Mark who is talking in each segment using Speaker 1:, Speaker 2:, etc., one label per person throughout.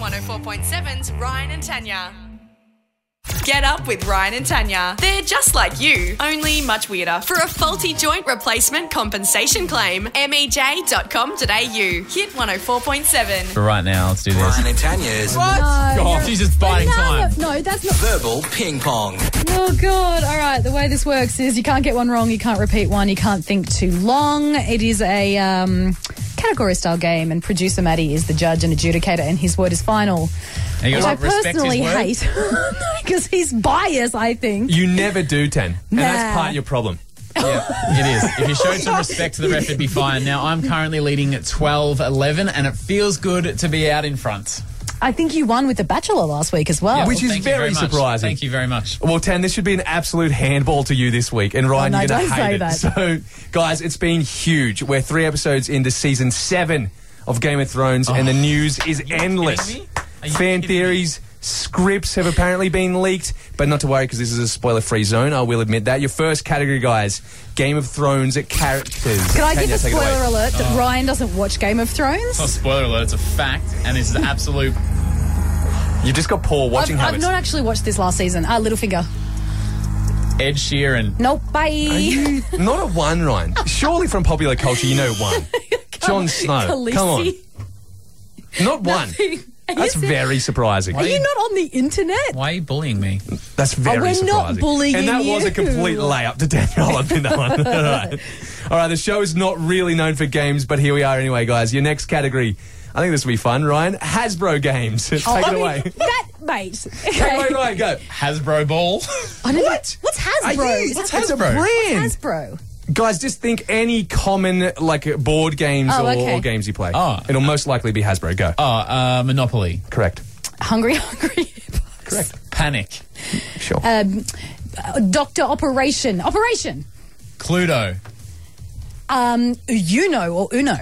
Speaker 1: 104.7's Ryan and Tanya. Get up with Ryan and Tanya. They're just like you, only much weirder. For a faulty joint replacement compensation claim, E mej.com.au. Hit 104.7.
Speaker 2: But right now, let's do this.
Speaker 3: Ryan and Tanya's
Speaker 2: God, she's just biding
Speaker 4: no,
Speaker 2: time.
Speaker 4: No, that's not.
Speaker 3: verbal ping pong.
Speaker 4: Oh, God. All right. The way this works is you can't get one wrong, you can't repeat one, you can't think too long. It is a um, category style game, and producer Maddie is the judge and adjudicator, and his word is final.
Speaker 2: And you
Speaker 4: Which I
Speaker 2: gotta respect his
Speaker 4: personally
Speaker 2: word.
Speaker 4: hate because he's biased, I think.
Speaker 5: You never do ten, and
Speaker 4: Nah.
Speaker 5: that's part of your problem.
Speaker 2: Yeah, it is. If you showed some respect to the ref, it'd be fine. Now, I'm currently leading 12 11, and it feels good to be out in front.
Speaker 4: I think you won with The Bachelor last week as well.
Speaker 2: Yeah,
Speaker 5: Which is
Speaker 2: thank you
Speaker 5: very
Speaker 2: much.
Speaker 5: surprising.
Speaker 2: Thank you very much.
Speaker 5: Well, Tan, this should be an absolute handball to you this week. And Ryan,
Speaker 4: Oh, no,
Speaker 5: you're going
Speaker 4: don't
Speaker 5: to
Speaker 4: say
Speaker 5: hate it.
Speaker 4: that.
Speaker 5: So, guys, it's been huge. We're three episodes into season seven of Game of Thrones, and the news is endless.
Speaker 2: Oh. kidding me? Are you kidding
Speaker 5: Fan
Speaker 2: me?
Speaker 5: theories, scripts have apparently been leaked, but not to worry because this is a spoiler free zone. I will admit that. Your first category, guys Game of Thrones characters.
Speaker 4: Can I
Speaker 5: Tanya,
Speaker 4: give a
Speaker 5: take it away. Oh.
Speaker 4: spoiler alert that Ryan doesn't watch Game of
Speaker 2: Oh,
Speaker 4: Thrones?
Speaker 2: spoiler alert, it's a fact, and it's an absolute.
Speaker 5: You just got poor watching
Speaker 4: I've, I've
Speaker 5: habits.
Speaker 4: not actually watched this last season. Ah, Littlefinger.
Speaker 2: Ed Sheeran.
Speaker 4: Nope.
Speaker 5: Are
Speaker 4: Bye.
Speaker 5: you- not a one, Ryan. Surely from popular culture, you know one. Jon Snow.
Speaker 4: Khaleesi.
Speaker 5: Come on. Not one. That's
Speaker 4: Is it-
Speaker 5: very surprising.
Speaker 4: Are you not on the internet?
Speaker 2: Why are you bullying me?
Speaker 5: That's very
Speaker 4: we're not
Speaker 5: surprising.
Speaker 4: bullying
Speaker 5: And that was a
Speaker 4: you.
Speaker 5: complete layup to Danielle. I've been that one. All right. All right, the show is not really known for games, but here we are anyway, guys. Your next category. I think this will be fun, Ryan. Hasbro games. Take
Speaker 4: Oh, I
Speaker 5: it
Speaker 4: mean,
Speaker 5: away.
Speaker 4: that, mate.
Speaker 5: Take it away, Ryan. Go.
Speaker 2: Hasbro Ball.
Speaker 4: I don't know-
Speaker 5: What?
Speaker 4: What's
Speaker 5: Are
Speaker 4: Hasbro?
Speaker 5: you-
Speaker 4: Is
Speaker 5: What's
Speaker 4: that-
Speaker 2: Hasbro?
Speaker 5: Hasbro? Brand?
Speaker 4: Hasbro.
Speaker 5: Guys, just think any common like board games
Speaker 4: Oh,
Speaker 5: or,
Speaker 4: okay.
Speaker 5: or games you play.
Speaker 2: Oh.
Speaker 5: It'll most likely be Hasbro. Go.
Speaker 2: Oh, uh, Monopoly.
Speaker 5: Correct.
Speaker 4: Hungry, hungry.
Speaker 5: Correct.
Speaker 2: Panic.
Speaker 5: Sure.
Speaker 4: Um, uh, Doctor Operation. Operation.
Speaker 2: Cluedo.
Speaker 4: Um, Uno or Uno.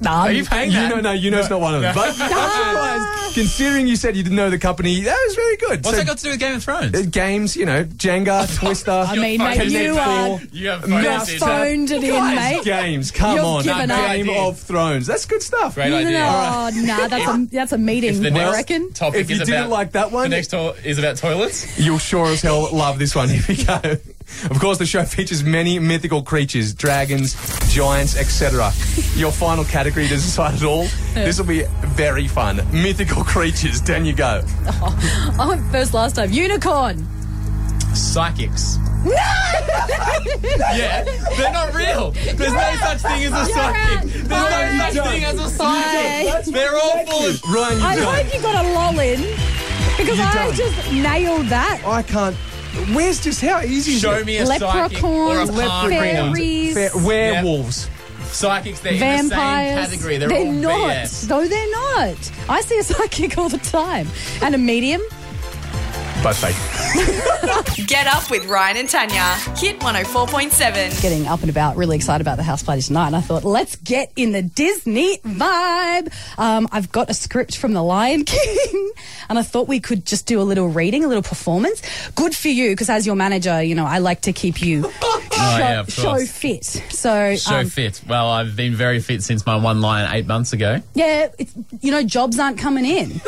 Speaker 4: Um,
Speaker 2: Are you paying
Speaker 5: you
Speaker 2: that?
Speaker 5: know, no, you know it's not one of them. But I'm surprised, considering you said you didn't know the company, that was very good.
Speaker 2: What's
Speaker 5: So,
Speaker 2: that got to do with Game of
Speaker 5: uh,
Speaker 2: Thrones?
Speaker 5: Games, you know, Jenga, Twister. I
Speaker 4: mean, mate, you are-
Speaker 2: You have
Speaker 5: No,
Speaker 2: phone
Speaker 4: You've
Speaker 2: seats.
Speaker 4: phoned it in, mate.
Speaker 5: Games, come
Speaker 4: You've
Speaker 5: on,
Speaker 4: given
Speaker 2: up.
Speaker 5: Game
Speaker 2: Idea.
Speaker 5: of Thrones. That's good stuff.
Speaker 2: Great
Speaker 4: No, no,
Speaker 2: idea.
Speaker 4: no.
Speaker 2: All
Speaker 4: Oh, nah, that's a, that's a meeting,
Speaker 2: The
Speaker 4: I
Speaker 2: next
Speaker 4: reckon.
Speaker 2: topic
Speaker 5: If you
Speaker 2: is
Speaker 5: didn't
Speaker 2: about
Speaker 5: like that one-
Speaker 2: the next to- is about toilets.
Speaker 5: You'll sure as hell love this one. Here we go. Of course, the show features many mythical creatures, dragons, giants, etc. Your final category to decide it all. This will be very fun. Mythical creatures. Down you go.
Speaker 4: I went first last time. Unicorn.
Speaker 2: Psychics. Yeah, they're not real. There's no such thing as a
Speaker 4: out.
Speaker 2: psychic. There's
Speaker 4: Bye.
Speaker 2: no such thing as a psychic. They're all full of.
Speaker 5: Ryan, you
Speaker 4: I
Speaker 5: go.
Speaker 4: hope you got a lull in because
Speaker 5: You
Speaker 4: I
Speaker 5: don't.
Speaker 4: just nailed that.
Speaker 5: I can't. Where's just how easy is
Speaker 2: Show
Speaker 5: it?
Speaker 2: me a psychic or a
Speaker 4: Leprechauns,
Speaker 2: park ranger.
Speaker 4: fairies,
Speaker 5: Fair- werewolves.
Speaker 2: Psychics, they're in the same
Speaker 4: vampires.
Speaker 2: category. They're, all
Speaker 4: not.
Speaker 2: BS.
Speaker 4: No, they're not. I see a psychic all the time. And a medium.
Speaker 5: By faith.
Speaker 1: Get up with Ryan and Tanya. Hit 104.7.
Speaker 4: Getting up and about, really excited about the house party tonight. And I thought, let's get in the Disney vibe. Um, I've got a script from The Lion King. and I thought we could just do a little reading, a little performance. Good for you, because as your manager, you know, I like to keep you show,
Speaker 2: Oh,
Speaker 5: Oh,
Speaker 2: yeah, of
Speaker 4: Oh, show
Speaker 2: course.
Speaker 4: fit. So,
Speaker 2: Show
Speaker 4: um,
Speaker 2: fit. Well, I've been very fit since my one line eight months ago.
Speaker 4: Yeah, it's, you know, jobs aren't coming in.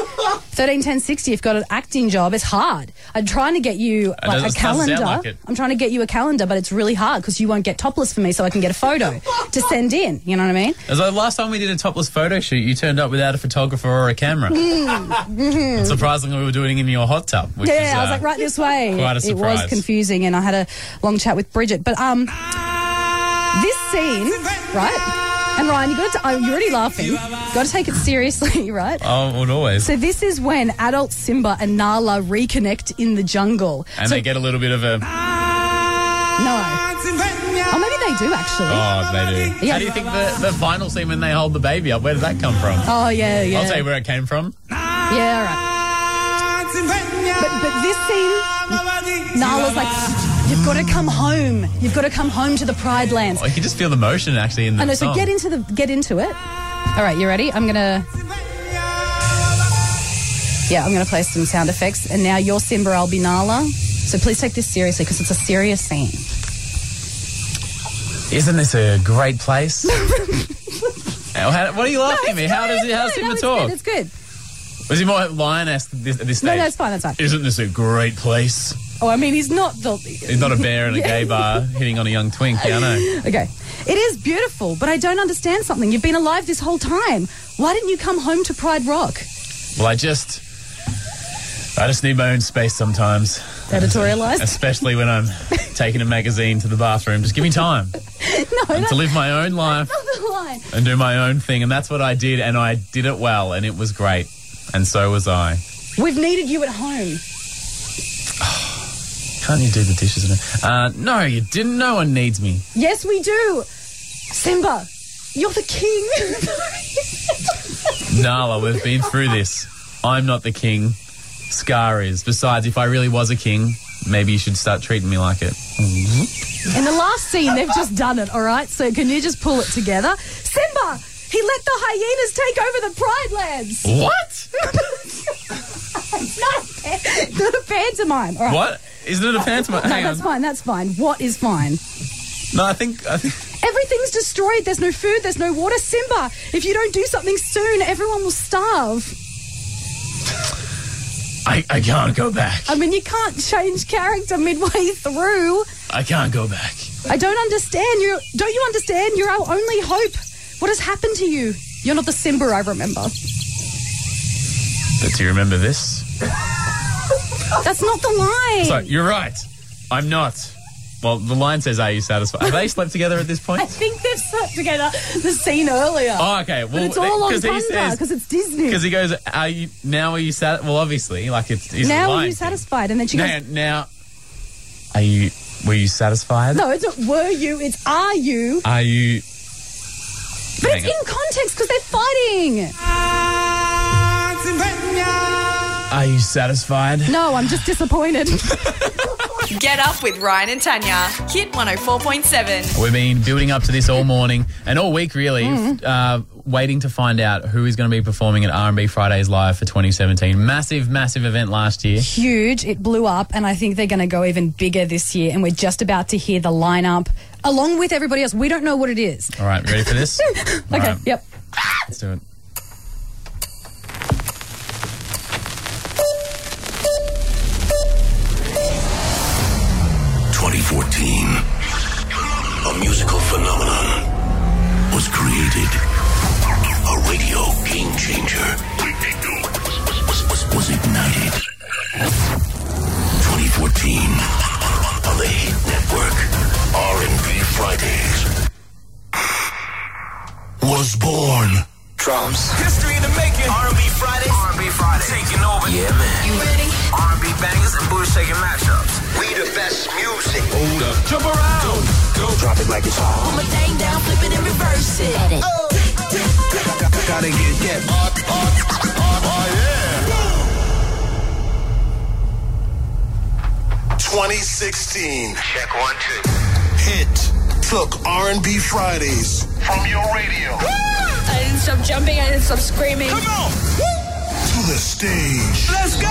Speaker 4: Thirteen, ten, sixty. You've got an acting job. It's hard. I'm trying to get you
Speaker 2: I know,
Speaker 4: like, a
Speaker 2: this doesn't sound
Speaker 4: calendar.
Speaker 2: like it.
Speaker 4: I'm trying to get you a calendar, but it's really hard because you won't get topless for me, so I can get a photo to send in. You know what I mean?
Speaker 2: As the last time we did a topless photo shoot, you turned up without a photographer or a camera. And Surprisingly, we were doing it in your hot tub. Which
Speaker 4: Hmm. Yeah,
Speaker 2: is,
Speaker 4: I was
Speaker 2: uh,
Speaker 4: like, right this way.
Speaker 2: quite a
Speaker 4: it was
Speaker 2: surprise.
Speaker 4: confusing, and I had a long chat with Bridget. But um, this scene, right? And Ryan, you got to. Oh, you're already laughing. You got to take it seriously, right?
Speaker 2: Oh, well, always.
Speaker 4: So this is when adult Simba and Nala reconnect in the jungle.
Speaker 2: and
Speaker 4: so
Speaker 2: they get a little bit of a
Speaker 4: No. Oh, maybe they do actually. Oh,
Speaker 2: oh, they do.
Speaker 4: Yeah.
Speaker 2: How do you think the, the final scene when they hold the baby up? Where did that come from?
Speaker 4: Oh, yeah, yeah.
Speaker 2: I'll tell you where it came from.
Speaker 4: Yeah, all right. But, but this scene, Nala's like, you've got to come home. You've got to come home to the Pride Lands.
Speaker 2: Oh, you can just feel the motion actually in the
Speaker 4: I know. So
Speaker 2: song.
Speaker 4: get into the get into it. All right, you ready? I'm gonna. Yeah, I'm gonna play some sound effects, and now you're Simba, I'll be Nala. So please take this seriously because it's a serious scene.
Speaker 2: Isn't this a great place? Now, how- What are you laughing at me? How does he, how's
Speaker 4: no,
Speaker 2: Simba
Speaker 4: it's
Speaker 2: talk?
Speaker 4: Good, it's good.
Speaker 2: Was he more lioness at this, at this
Speaker 4: No,
Speaker 2: stage?
Speaker 4: no, it's fine. That's fine.
Speaker 2: Isn't this a great place?
Speaker 4: Oh, I mean, he's not the.
Speaker 2: He's not a bear in a gay bar hitting on a young twink. Yeah, I know.
Speaker 4: Okay. It is beautiful, but I don't understand something. You've been alive this whole time. Why didn't you come home to Pride Rock?
Speaker 2: Well, I just, I just need my own space sometimes.
Speaker 4: Editorialized?
Speaker 2: Especially when I'm taking a magazine to the bathroom. Just give me time
Speaker 4: no, that's
Speaker 2: to live my own life
Speaker 4: not the line.
Speaker 2: and do my own thing. And that's what I did. And I did it well. And it was great. And so was I.
Speaker 4: We've needed you at home.
Speaker 2: Can't you do the dishes? Uh, no, you didn't. No one needs me.
Speaker 4: Yes, we do. Simba, you're the king.
Speaker 2: Nala, we've been through this. I'm not the king. Scar is. Besides, if I really was a king, maybe you should start treating me like it.
Speaker 4: In the last scene, they've just done it, all right? So can you just pull it together? Simba, he let the hyenas take over the Pride lands.
Speaker 2: What?
Speaker 4: It's not a pantomime. All right.
Speaker 2: What? Isn't it a pantomime?
Speaker 4: No,
Speaker 2: Hang
Speaker 4: that's
Speaker 2: on.
Speaker 4: fine. That's fine. What is fine?
Speaker 2: No, I think, I think
Speaker 4: Everything's destroyed. There's no food. There's no water. Simba, if you don't do something soon, everyone will starve.
Speaker 2: I, I can't go back.
Speaker 4: I mean, you can't change character midway through.
Speaker 2: I can't go back.
Speaker 4: I don't understand. You don't you understand? You're our only hope. What has happened to you? You're not the Simba I remember.
Speaker 2: But do you remember this?
Speaker 4: That's not the line.
Speaker 2: So you're right. I'm not. Well, the line says, "Are you satisfied?" Have they slept together at this
Speaker 4: I
Speaker 2: point?
Speaker 4: think they've slept together the scene earlier.
Speaker 2: Oh, okay. Well,
Speaker 4: but it's all on
Speaker 2: because he
Speaker 4: thunder
Speaker 2: says,
Speaker 4: because it's Disney.
Speaker 2: because he goes, "Are you now? Are you satisfied?" Well, obviously, like it's he's
Speaker 4: now are
Speaker 2: lying.
Speaker 4: you satisfied? And then she goes,
Speaker 2: Now, now, are you? Were you satisfied?
Speaker 4: No, it's not were you, it's are you.
Speaker 2: Are you?
Speaker 4: But
Speaker 2: Hang
Speaker 4: it's in context because they're fighting.
Speaker 2: Are you satisfied?
Speaker 4: No, I'm just disappointed.
Speaker 1: Get up with Ryan and Tanya. Hit 104.7.
Speaker 2: We've been building up to this all morning and all week, really, f- uh, waiting to find out who is going to be performing at R&B Fridays Live for 2017. Massive, massive event last year.
Speaker 4: Huge. It blew up, and I think they're going to go even bigger this year. And we're just about to hear the lineup along with everybody else. We don't know what it is.
Speaker 2: All right, ready for this? okay.
Speaker 4: Okay, yep.
Speaker 2: Let's do it.
Speaker 6: a musical phenomenon was created. A radio game changer was, was, was ignited. 2014 on the Hit Network, R&B Fridays was born.
Speaker 3: Drums. History in the making. R&B Fridays. R&B Fridays. Taking over. Yeah, man. You ready? R&B bangers and booty shaking matchups.
Speaker 6: We the best music.
Speaker 3: Jump around.
Speaker 6: Drop it like it's hot.
Speaker 7: my thing down, flip it and reverse it.
Speaker 3: Gotta get that. Oh, oh, oh, oh, yeah.
Speaker 6: 2016. Check one, two. Hit took R&B Fridays from your radio
Speaker 7: I didn't stop jumping, I didn't stop screaming.
Speaker 6: to the stage.
Speaker 3: Let's go.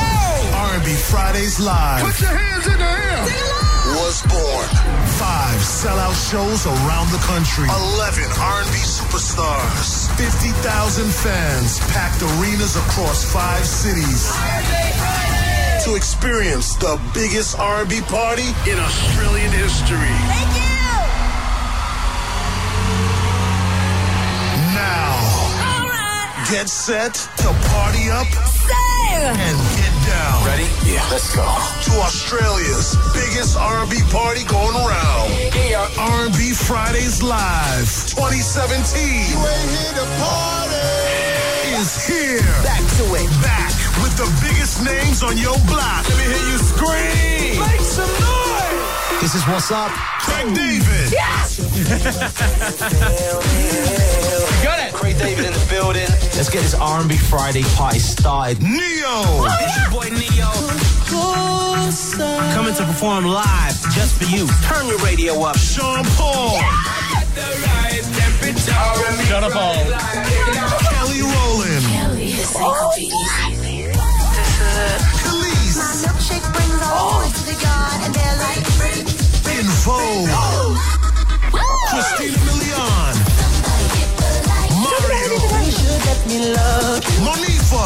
Speaker 6: R&B Fridays Live. Put your hands in the air. Was born. Five sellout shows around the country. Eleven R&B superstars. Fifty thousand fans packed arenas across five cities. To experience the biggest R&B party in Australian history.
Speaker 7: Thank you!
Speaker 6: Now,
Speaker 7: Alright!
Speaker 6: get set to party up
Speaker 7: So!
Speaker 6: and get down.
Speaker 3: Ready? Yeah, let's go.
Speaker 6: to Australia's biggest R&B party going around. R&B Fridays Live 2017. You ain't here to party. Is here. Back to it. Back with the biggest names on your block. Let me hear you scream. Make some noise. This is what's up. Craig David.
Speaker 2: Got it.
Speaker 3: Craig David in the building. Let's get this R&B Friday party started.
Speaker 6: Neo.
Speaker 3: Boy Neo. Coming to perform live just for you. Turn your radio up.
Speaker 6: Sean Paul.
Speaker 2: Shut up, all.
Speaker 6: Kelly Rowland. Khalees. In Vogue. Christina Milian. Mario. Monifa,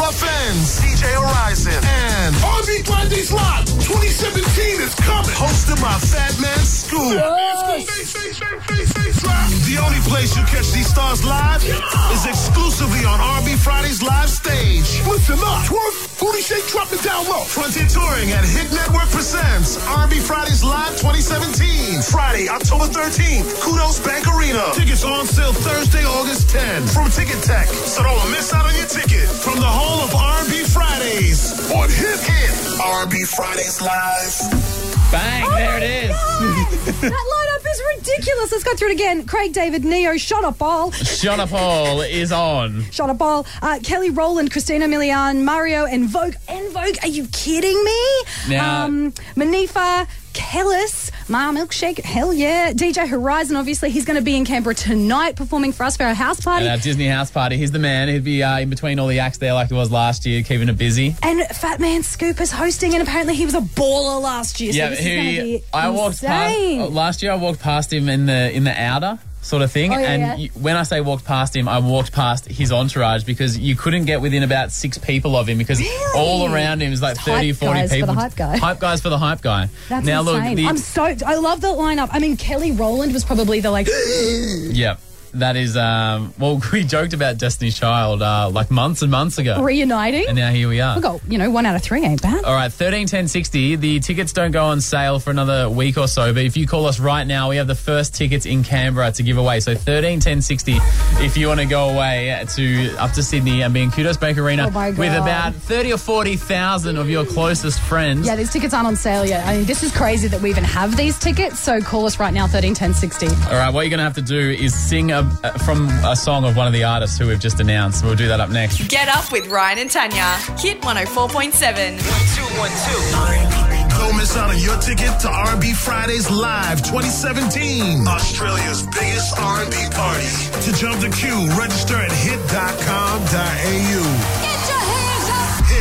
Speaker 6: Rough Ends, DJ Horizon, and
Speaker 8: RB Grande's Live 2017 is coming.
Speaker 6: hosted by Fat Man Scoop.
Speaker 8: Face, face, face, face, face, live.
Speaker 6: The only place you catch these stars live is exclusively on RB Friday's live stage.
Speaker 8: Listen up. Twerk, booty shake, drop it down low.
Speaker 6: Frontier Touring at Hit Network presents RB Friday's Live 2017. Friday, October 13th, Kudos Bank Arena. Tickets on sale Thursday, August 10th from Ticket Tech. So don't miss out on your ticket from the home of RB Fridays on Hit Hit RB Fridays Live.
Speaker 2: Bang,
Speaker 4: Oh
Speaker 2: there it is.
Speaker 4: that lineup is ridiculous. Let's go through it again. Craig David, Neo, shot up ball,
Speaker 2: Shut Up All is on.
Speaker 4: shot up ball. Uh, Kelly Rowland, Christina Milian, Mario, and Vogue. And Vogue, are you kidding me? Um,
Speaker 2: Now-
Speaker 4: Manifa, Kellis, Ma Milkshake, hell yeah. DJ Horizon, obviously, he's going to be in Canberra tonight performing for us for our house party.
Speaker 2: At our Disney house party. He's the man. He'd be uh, in between all the acts there like he was last year, keeping it busy.
Speaker 4: And Fat Man Scoop is hosting, and apparently he was a baller last year. So
Speaker 2: yeah,
Speaker 4: this is going to
Speaker 2: he.
Speaker 4: be
Speaker 2: I walked past
Speaker 4: insane.
Speaker 2: uh, last year. I walked past him in the in the outer sort of thing,
Speaker 4: Oh, yeah,
Speaker 2: and
Speaker 4: yeah.
Speaker 2: You, when I say walked past him, I walked past his entourage because you couldn't get within about six people of him because
Speaker 4: Really?
Speaker 2: all around him is like
Speaker 4: Just
Speaker 2: 30,
Speaker 4: hype
Speaker 2: 40
Speaker 4: guys for the
Speaker 2: people.
Speaker 4: hype guy.
Speaker 2: Hype guys for the hype guy.
Speaker 4: That's
Speaker 2: now
Speaker 4: insane.
Speaker 2: look, the,
Speaker 4: I'm stoked. I love the lineup. I mean, Kelly Rowland was probably the like.
Speaker 2: yeah. That is, um, well, we joked about Destiny's Child uh, like months and months ago.
Speaker 4: reuniting.
Speaker 2: and Oh. now here we are.
Speaker 4: we got, you know, one out of three ain't bad.
Speaker 2: All right, thirteen ten sixty. The tickets don't go on sale for another week or so, but if you call us right now, we have the first tickets in Canberra to give away. So thirteen ten sixty. If you want to go away to up to Sydney and be in Kudos Bank Arena
Speaker 4: Oh my God.
Speaker 2: with about thirty or forty thousand of your closest friends.
Speaker 4: Yeah, these tickets aren't on sale yet. I mean, this is crazy that we even have these tickets. So call us right now, 13 10 60.
Speaker 2: All right, what you're going to have to do is sing a, a- from a song of one of the artists who we've just announced. We'll do that up next.
Speaker 1: Get up with Ryan and Tanya. Hit 104.7.
Speaker 3: One, two, one, two.
Speaker 6: Don't miss out on your ticket to RB Fridays Live 2017.
Speaker 8: Australia's biggest R&B party.
Speaker 6: To jump the queue, register at hit.com.au.
Speaker 7: Get your hands up.
Speaker 6: Hit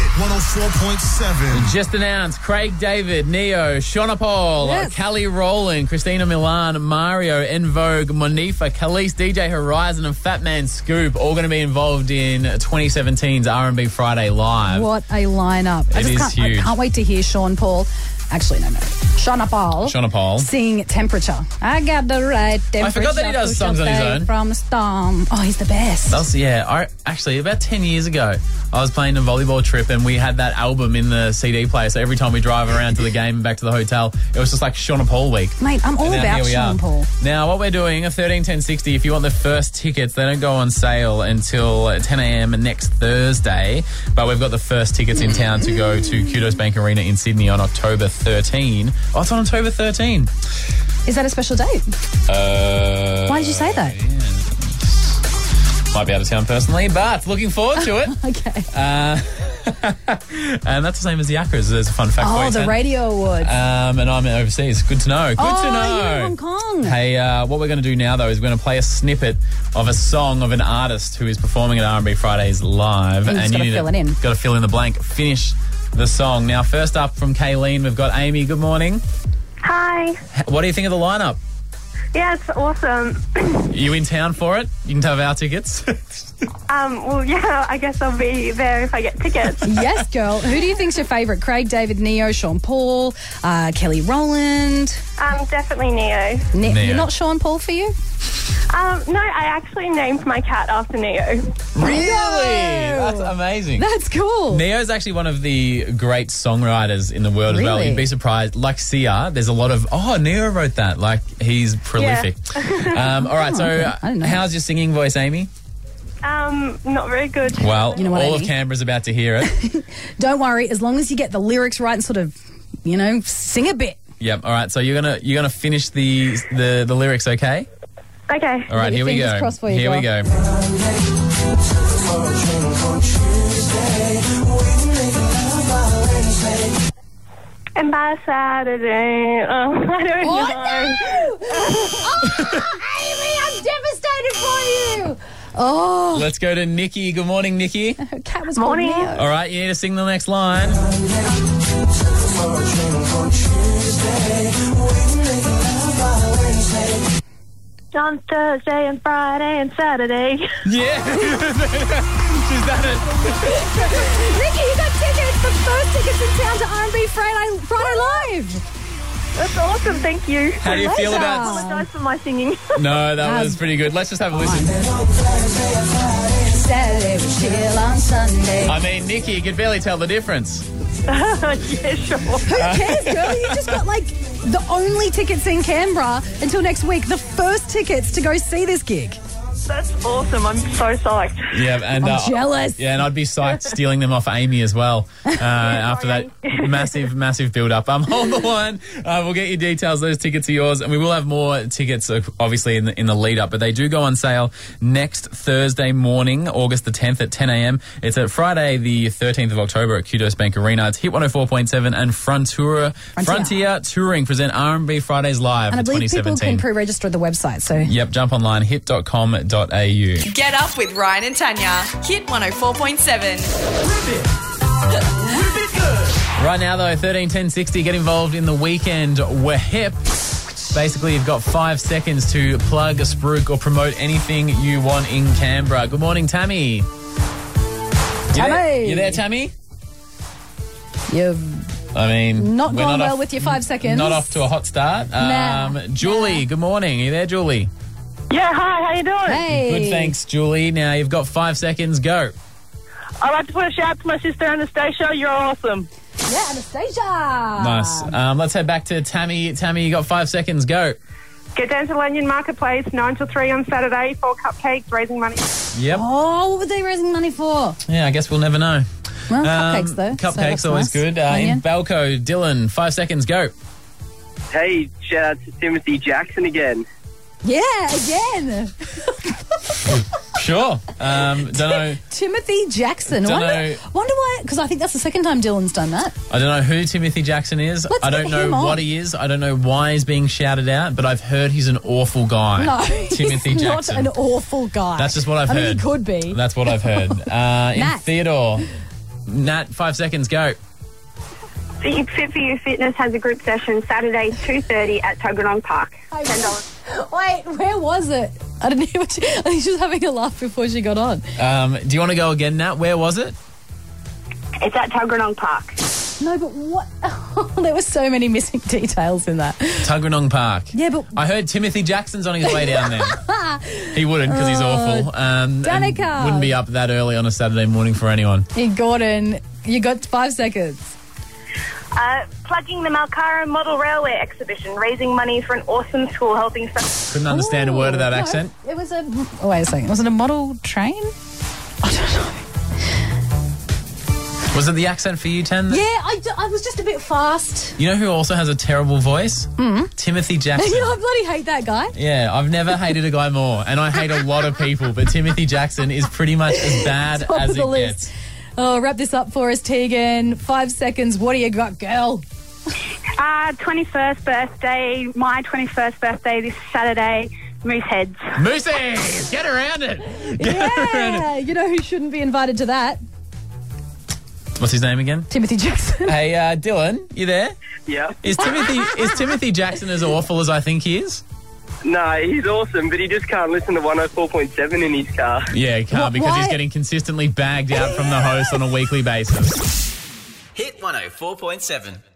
Speaker 6: 104.7.
Speaker 2: Just announced Craig David, Neo, Shauna Paul,
Speaker 4: Yes.
Speaker 2: Callie Rowland, Christina Milan, Mario, En Vogue, Monifa, Khalees, DJ Horizon, and Fat Man Scoop all going to be involved in 2017's R&B Friday Live.
Speaker 4: What a lineup. I
Speaker 2: It
Speaker 4: just
Speaker 2: is
Speaker 4: can't,
Speaker 2: huge.
Speaker 4: I can't wait to hear Sean Paul. Actually, no, no. Sean Paul.
Speaker 2: Shauna Paul.
Speaker 4: Sing temperature. I got the right temperature.
Speaker 2: forgot that he does
Speaker 4: to
Speaker 2: songs on his
Speaker 4: stay
Speaker 2: own.
Speaker 4: From a storm. Oh, he's the best.
Speaker 2: That was- yeah, I, actually, about 10 years ago, I was playing a volleyball trip and we had that album in the CD player. So every time we drive around to the game and back to the hotel, it was just like Shauna Paul week.
Speaker 4: Mate, I'm all
Speaker 2: And now
Speaker 4: about
Speaker 2: here we
Speaker 4: Sean
Speaker 2: are.
Speaker 4: Paul.
Speaker 2: Now, what we're doing, a 131060, if you want the first tickets, they don't go on sale until uh, 10 a.m. next Thursday. But we've got the first tickets in town to go to Kudos Bank Arena in Sydney on October 13. Oh, it's on October 13.
Speaker 4: Is that a special date?
Speaker 2: Uh,
Speaker 4: Why did you say that?
Speaker 2: Might be out of town personally, but looking forward to it.
Speaker 4: Okay.
Speaker 2: and that's the same as the Acras. There's a fun fact for
Speaker 4: oh,
Speaker 2: you.
Speaker 4: the
Speaker 2: Sam.
Speaker 4: radio awards.
Speaker 2: Um, and I'm overseas. Good to know. Good
Speaker 4: oh,
Speaker 2: to know.
Speaker 4: you're in Hong Kong.
Speaker 2: Hey, uh, what we're going to do now though is we're going to play a snippet of a song of an artist who is performing at R&B Fridays live,
Speaker 4: And you just gotta fill it in.
Speaker 2: Got to fill in the blank. Finish the song. Now, first up from Kayleen, we've got Amy. Good morning.
Speaker 9: Hi.
Speaker 2: H- What do you think of the lineup?
Speaker 9: Yeah, it's awesome.
Speaker 2: Are you in town for it? You can have our tickets.
Speaker 9: Um, well, yeah, I guess I'll be there if I get tickets.
Speaker 4: yes, girl. Who do you think's your favourite? Craig, David, Neo, Sean Paul, uh, Kelly Rowland.
Speaker 9: um, definitely Neo.
Speaker 4: Ne-
Speaker 2: Neo.
Speaker 4: Not Sean Paul for you?
Speaker 9: Um, no, I actually named my cat after Neo.
Speaker 2: really? That's amazing.
Speaker 4: That's cool.
Speaker 2: Neo's actually one of the great songwriters in the world as well.
Speaker 4: Really?
Speaker 2: You'd be surprised. Like Sia, there's a lot of, oh, Neo wrote that. Like, he's prolific. um, all right, so
Speaker 4: okay. Oh, I didn't
Speaker 2: uh,
Speaker 4: know
Speaker 2: how's your singing voice, Amy?
Speaker 9: Um, not very good.
Speaker 2: Well,
Speaker 4: You know what I
Speaker 2: all of
Speaker 4: mean.
Speaker 2: Canberra's about to hear it.
Speaker 4: Don't worry, as long as you get the lyrics right and sort of, you know, sing a bit.
Speaker 2: yep. All right. So you're gonna you're gonna finish the the, the lyrics, okay?
Speaker 9: Okay.
Speaker 2: All right.
Speaker 4: Get
Speaker 2: Here
Speaker 4: your
Speaker 2: we
Speaker 4: fingers
Speaker 2: go.
Speaker 4: crossed for you,
Speaker 2: here we go.
Speaker 4: girl.
Speaker 9: And by Saturday, um, I don't
Speaker 4: Oh,
Speaker 9: know.
Speaker 4: no! oh, Amy, I'm devastated for you. Oh,
Speaker 2: Let's go to Nikki. Good morning, Nikki.
Speaker 4: her cat was
Speaker 9: Morning.
Speaker 4: called Neo.
Speaker 2: All right. You need to sing the next line.
Speaker 9: on Thursday and Friday and Saturday.
Speaker 2: Yeah. She's done it.
Speaker 4: Ricky, you got tickets, the first tickets in town to R&B Friday, Friday Live.
Speaker 9: That's awesome. Thank you.
Speaker 2: How do you feel about
Speaker 4: Pleasure.
Speaker 9: Apologise for my singing.
Speaker 2: No, that was pretty good. Let's just have a listen.
Speaker 4: Saturday was chill on Sunday.
Speaker 2: I mean, Nikki, you could barely tell the difference.
Speaker 9: yeah, sure.
Speaker 2: Uh,
Speaker 4: Who cares, girl? You just got like the only tickets in Canberra until next week. The first tickets to go see this gig.
Speaker 9: That's awesome. I'm so psyched.
Speaker 2: Yeah, and
Speaker 4: I'm
Speaker 2: uh,
Speaker 4: jealous.
Speaker 2: Yeah, and I'd be psyched stealing them off Amy as well uh, after that massive, massive build up. Um, hold the line. Uh, we'll get your details. Those tickets are yours, and we will have more tickets, uh, obviously, in the, in the lead up. But they do go on sale next Thursday morning, August the 10th at 10 a.m. It's at Friday, the 13th of October at Kudos Bank Arena. It's Hit 104.7 and Frontier Frontier, Touring present R&B Fridays live
Speaker 4: And I
Speaker 2: for
Speaker 4: believe people
Speaker 2: 2017.
Speaker 4: can pre-register at the website. So
Speaker 2: yep, jump online hit.com.au.
Speaker 1: Get up with Ryan and Tanya. Hit 104.7.
Speaker 2: Right now, though, 13 10 60, get involved in the weekend. We're hip. Basically, you've got five seconds to plug, spruik, or promote anything you want in Canberra. Good morning, Tammy. You There?
Speaker 4: Tammy.
Speaker 2: You there, Tammy?
Speaker 4: you're
Speaker 2: I mean,
Speaker 4: not
Speaker 2: we're
Speaker 4: going well
Speaker 2: off-
Speaker 4: with your five seconds.
Speaker 2: Not off to a hot start. Um,
Speaker 4: Nah.
Speaker 2: Julie,
Speaker 4: Nah.
Speaker 2: good morning. Are you there, Julie?
Speaker 9: Yeah, hi. How you doing?
Speaker 4: Hey.
Speaker 2: Good, thanks, Julie. Now, you've got five seconds. Go.
Speaker 9: I'd like to put a shout out to my sister Anastasia. You're awesome.
Speaker 4: Yeah, Anastasia. Ah.
Speaker 2: Nice. Um, let's head back to Tammy. Tammy, you got five seconds. Go.
Speaker 9: Get down to Lanyon Marketplace, 9 till 3 on Saturday, four cupcakes, raising money.
Speaker 2: Yep.
Speaker 4: Oh, what were they raising money for?
Speaker 2: Yeah, I guess we'll never know. Um,
Speaker 4: Well, cupcakes though. so
Speaker 2: Cupcakes
Speaker 4: that's
Speaker 2: always
Speaker 4: nice.
Speaker 2: good. Uh, in
Speaker 4: Onion.
Speaker 2: Balco, Dylan, five seconds, go.
Speaker 10: Hey, shout out to Timothy Jackson again.
Speaker 4: yeah, again.
Speaker 2: Sure. Um, don't know.
Speaker 4: Timothy Jackson.
Speaker 2: Dunno.
Speaker 4: Wonder, wonder why? Because I think that's the second time Dylan's done that.
Speaker 2: I don't know who Timothy Jackson is.
Speaker 4: Let's
Speaker 2: I don't
Speaker 4: get
Speaker 2: know
Speaker 4: him on.
Speaker 2: what he is. I don't know why he's being shouted out. But I've heard he's an awful guy.
Speaker 4: No,
Speaker 2: Timothy
Speaker 4: he's
Speaker 2: Jackson.
Speaker 4: not an awful guy.
Speaker 2: That's just what I've
Speaker 4: I
Speaker 2: heard.
Speaker 4: mean, he could be.
Speaker 2: That's what I've heard. Uh, in
Speaker 4: Nat.
Speaker 2: Theodore, Nat, five seconds, go.
Speaker 9: The Fit for You Fitness has a group session Saturday, 2.30 at Tuggeranong Park.
Speaker 4: Wait, where was it? I didn't hear what she. I think she was having a laugh before she got on.
Speaker 2: Um, do you want to go again, Nat? Where was it?
Speaker 9: It's at Tuggeranong Park.
Speaker 4: No, but what? there were so many missing details in that.
Speaker 2: Tuggeranong Park.
Speaker 4: Yeah, but
Speaker 2: I heard Timothy Jackson's on his way down there. he wouldn't because he's awful. Um, and
Speaker 4: Oh. Danica.
Speaker 2: wouldn't be up that early on a Saturday morning for anyone.
Speaker 4: hey, Gordon, you got five seconds.
Speaker 9: Uh, plugging the Malcara Model Railway Exhibition, raising money for an awesome school helping some...
Speaker 2: Couldn't understand a word of that
Speaker 4: Ooh, no,
Speaker 2: accent.
Speaker 4: It was a. Oh, wait a second. Was it a model train? I don't know.
Speaker 2: Was it the accent for you, Ten?
Speaker 4: Yeah, I, d- I was just a bit fast.
Speaker 2: You know who also has a terrible voice?
Speaker 4: Hmm?
Speaker 2: Timothy Jackson.
Speaker 4: I bloody hate that guy.
Speaker 2: Yeah, I've never hated a guy more, and I hate a lot of people, but Timothy Jackson is pretty much as bad
Speaker 4: Top
Speaker 2: as
Speaker 4: of the
Speaker 2: it
Speaker 4: list.
Speaker 2: gets.
Speaker 4: Oh, wrap this up for us, Tegan. Five seconds. What do you got, girl?
Speaker 9: Uh, 21st birthday, my 21st birthday this Saturday, Moose Heads.
Speaker 2: Moosey, get around it. Get around
Speaker 4: Yeah, you know who shouldn't be invited to that?
Speaker 2: it. What's his name again?
Speaker 4: Timothy Jackson.
Speaker 2: Hey, uh, Dylan, you there?
Speaker 10: Yeah.
Speaker 2: Is Timothy is Timothy Jackson as awful as I think he is?
Speaker 10: No, he's awesome, but he just can't listen to 104.7 in his car.
Speaker 2: Yeah, he can't
Speaker 4: Wh-
Speaker 2: because he's
Speaker 4: why-
Speaker 2: getting consistently bagged out from the host on a weekly basis.
Speaker 3: Hit 104.7.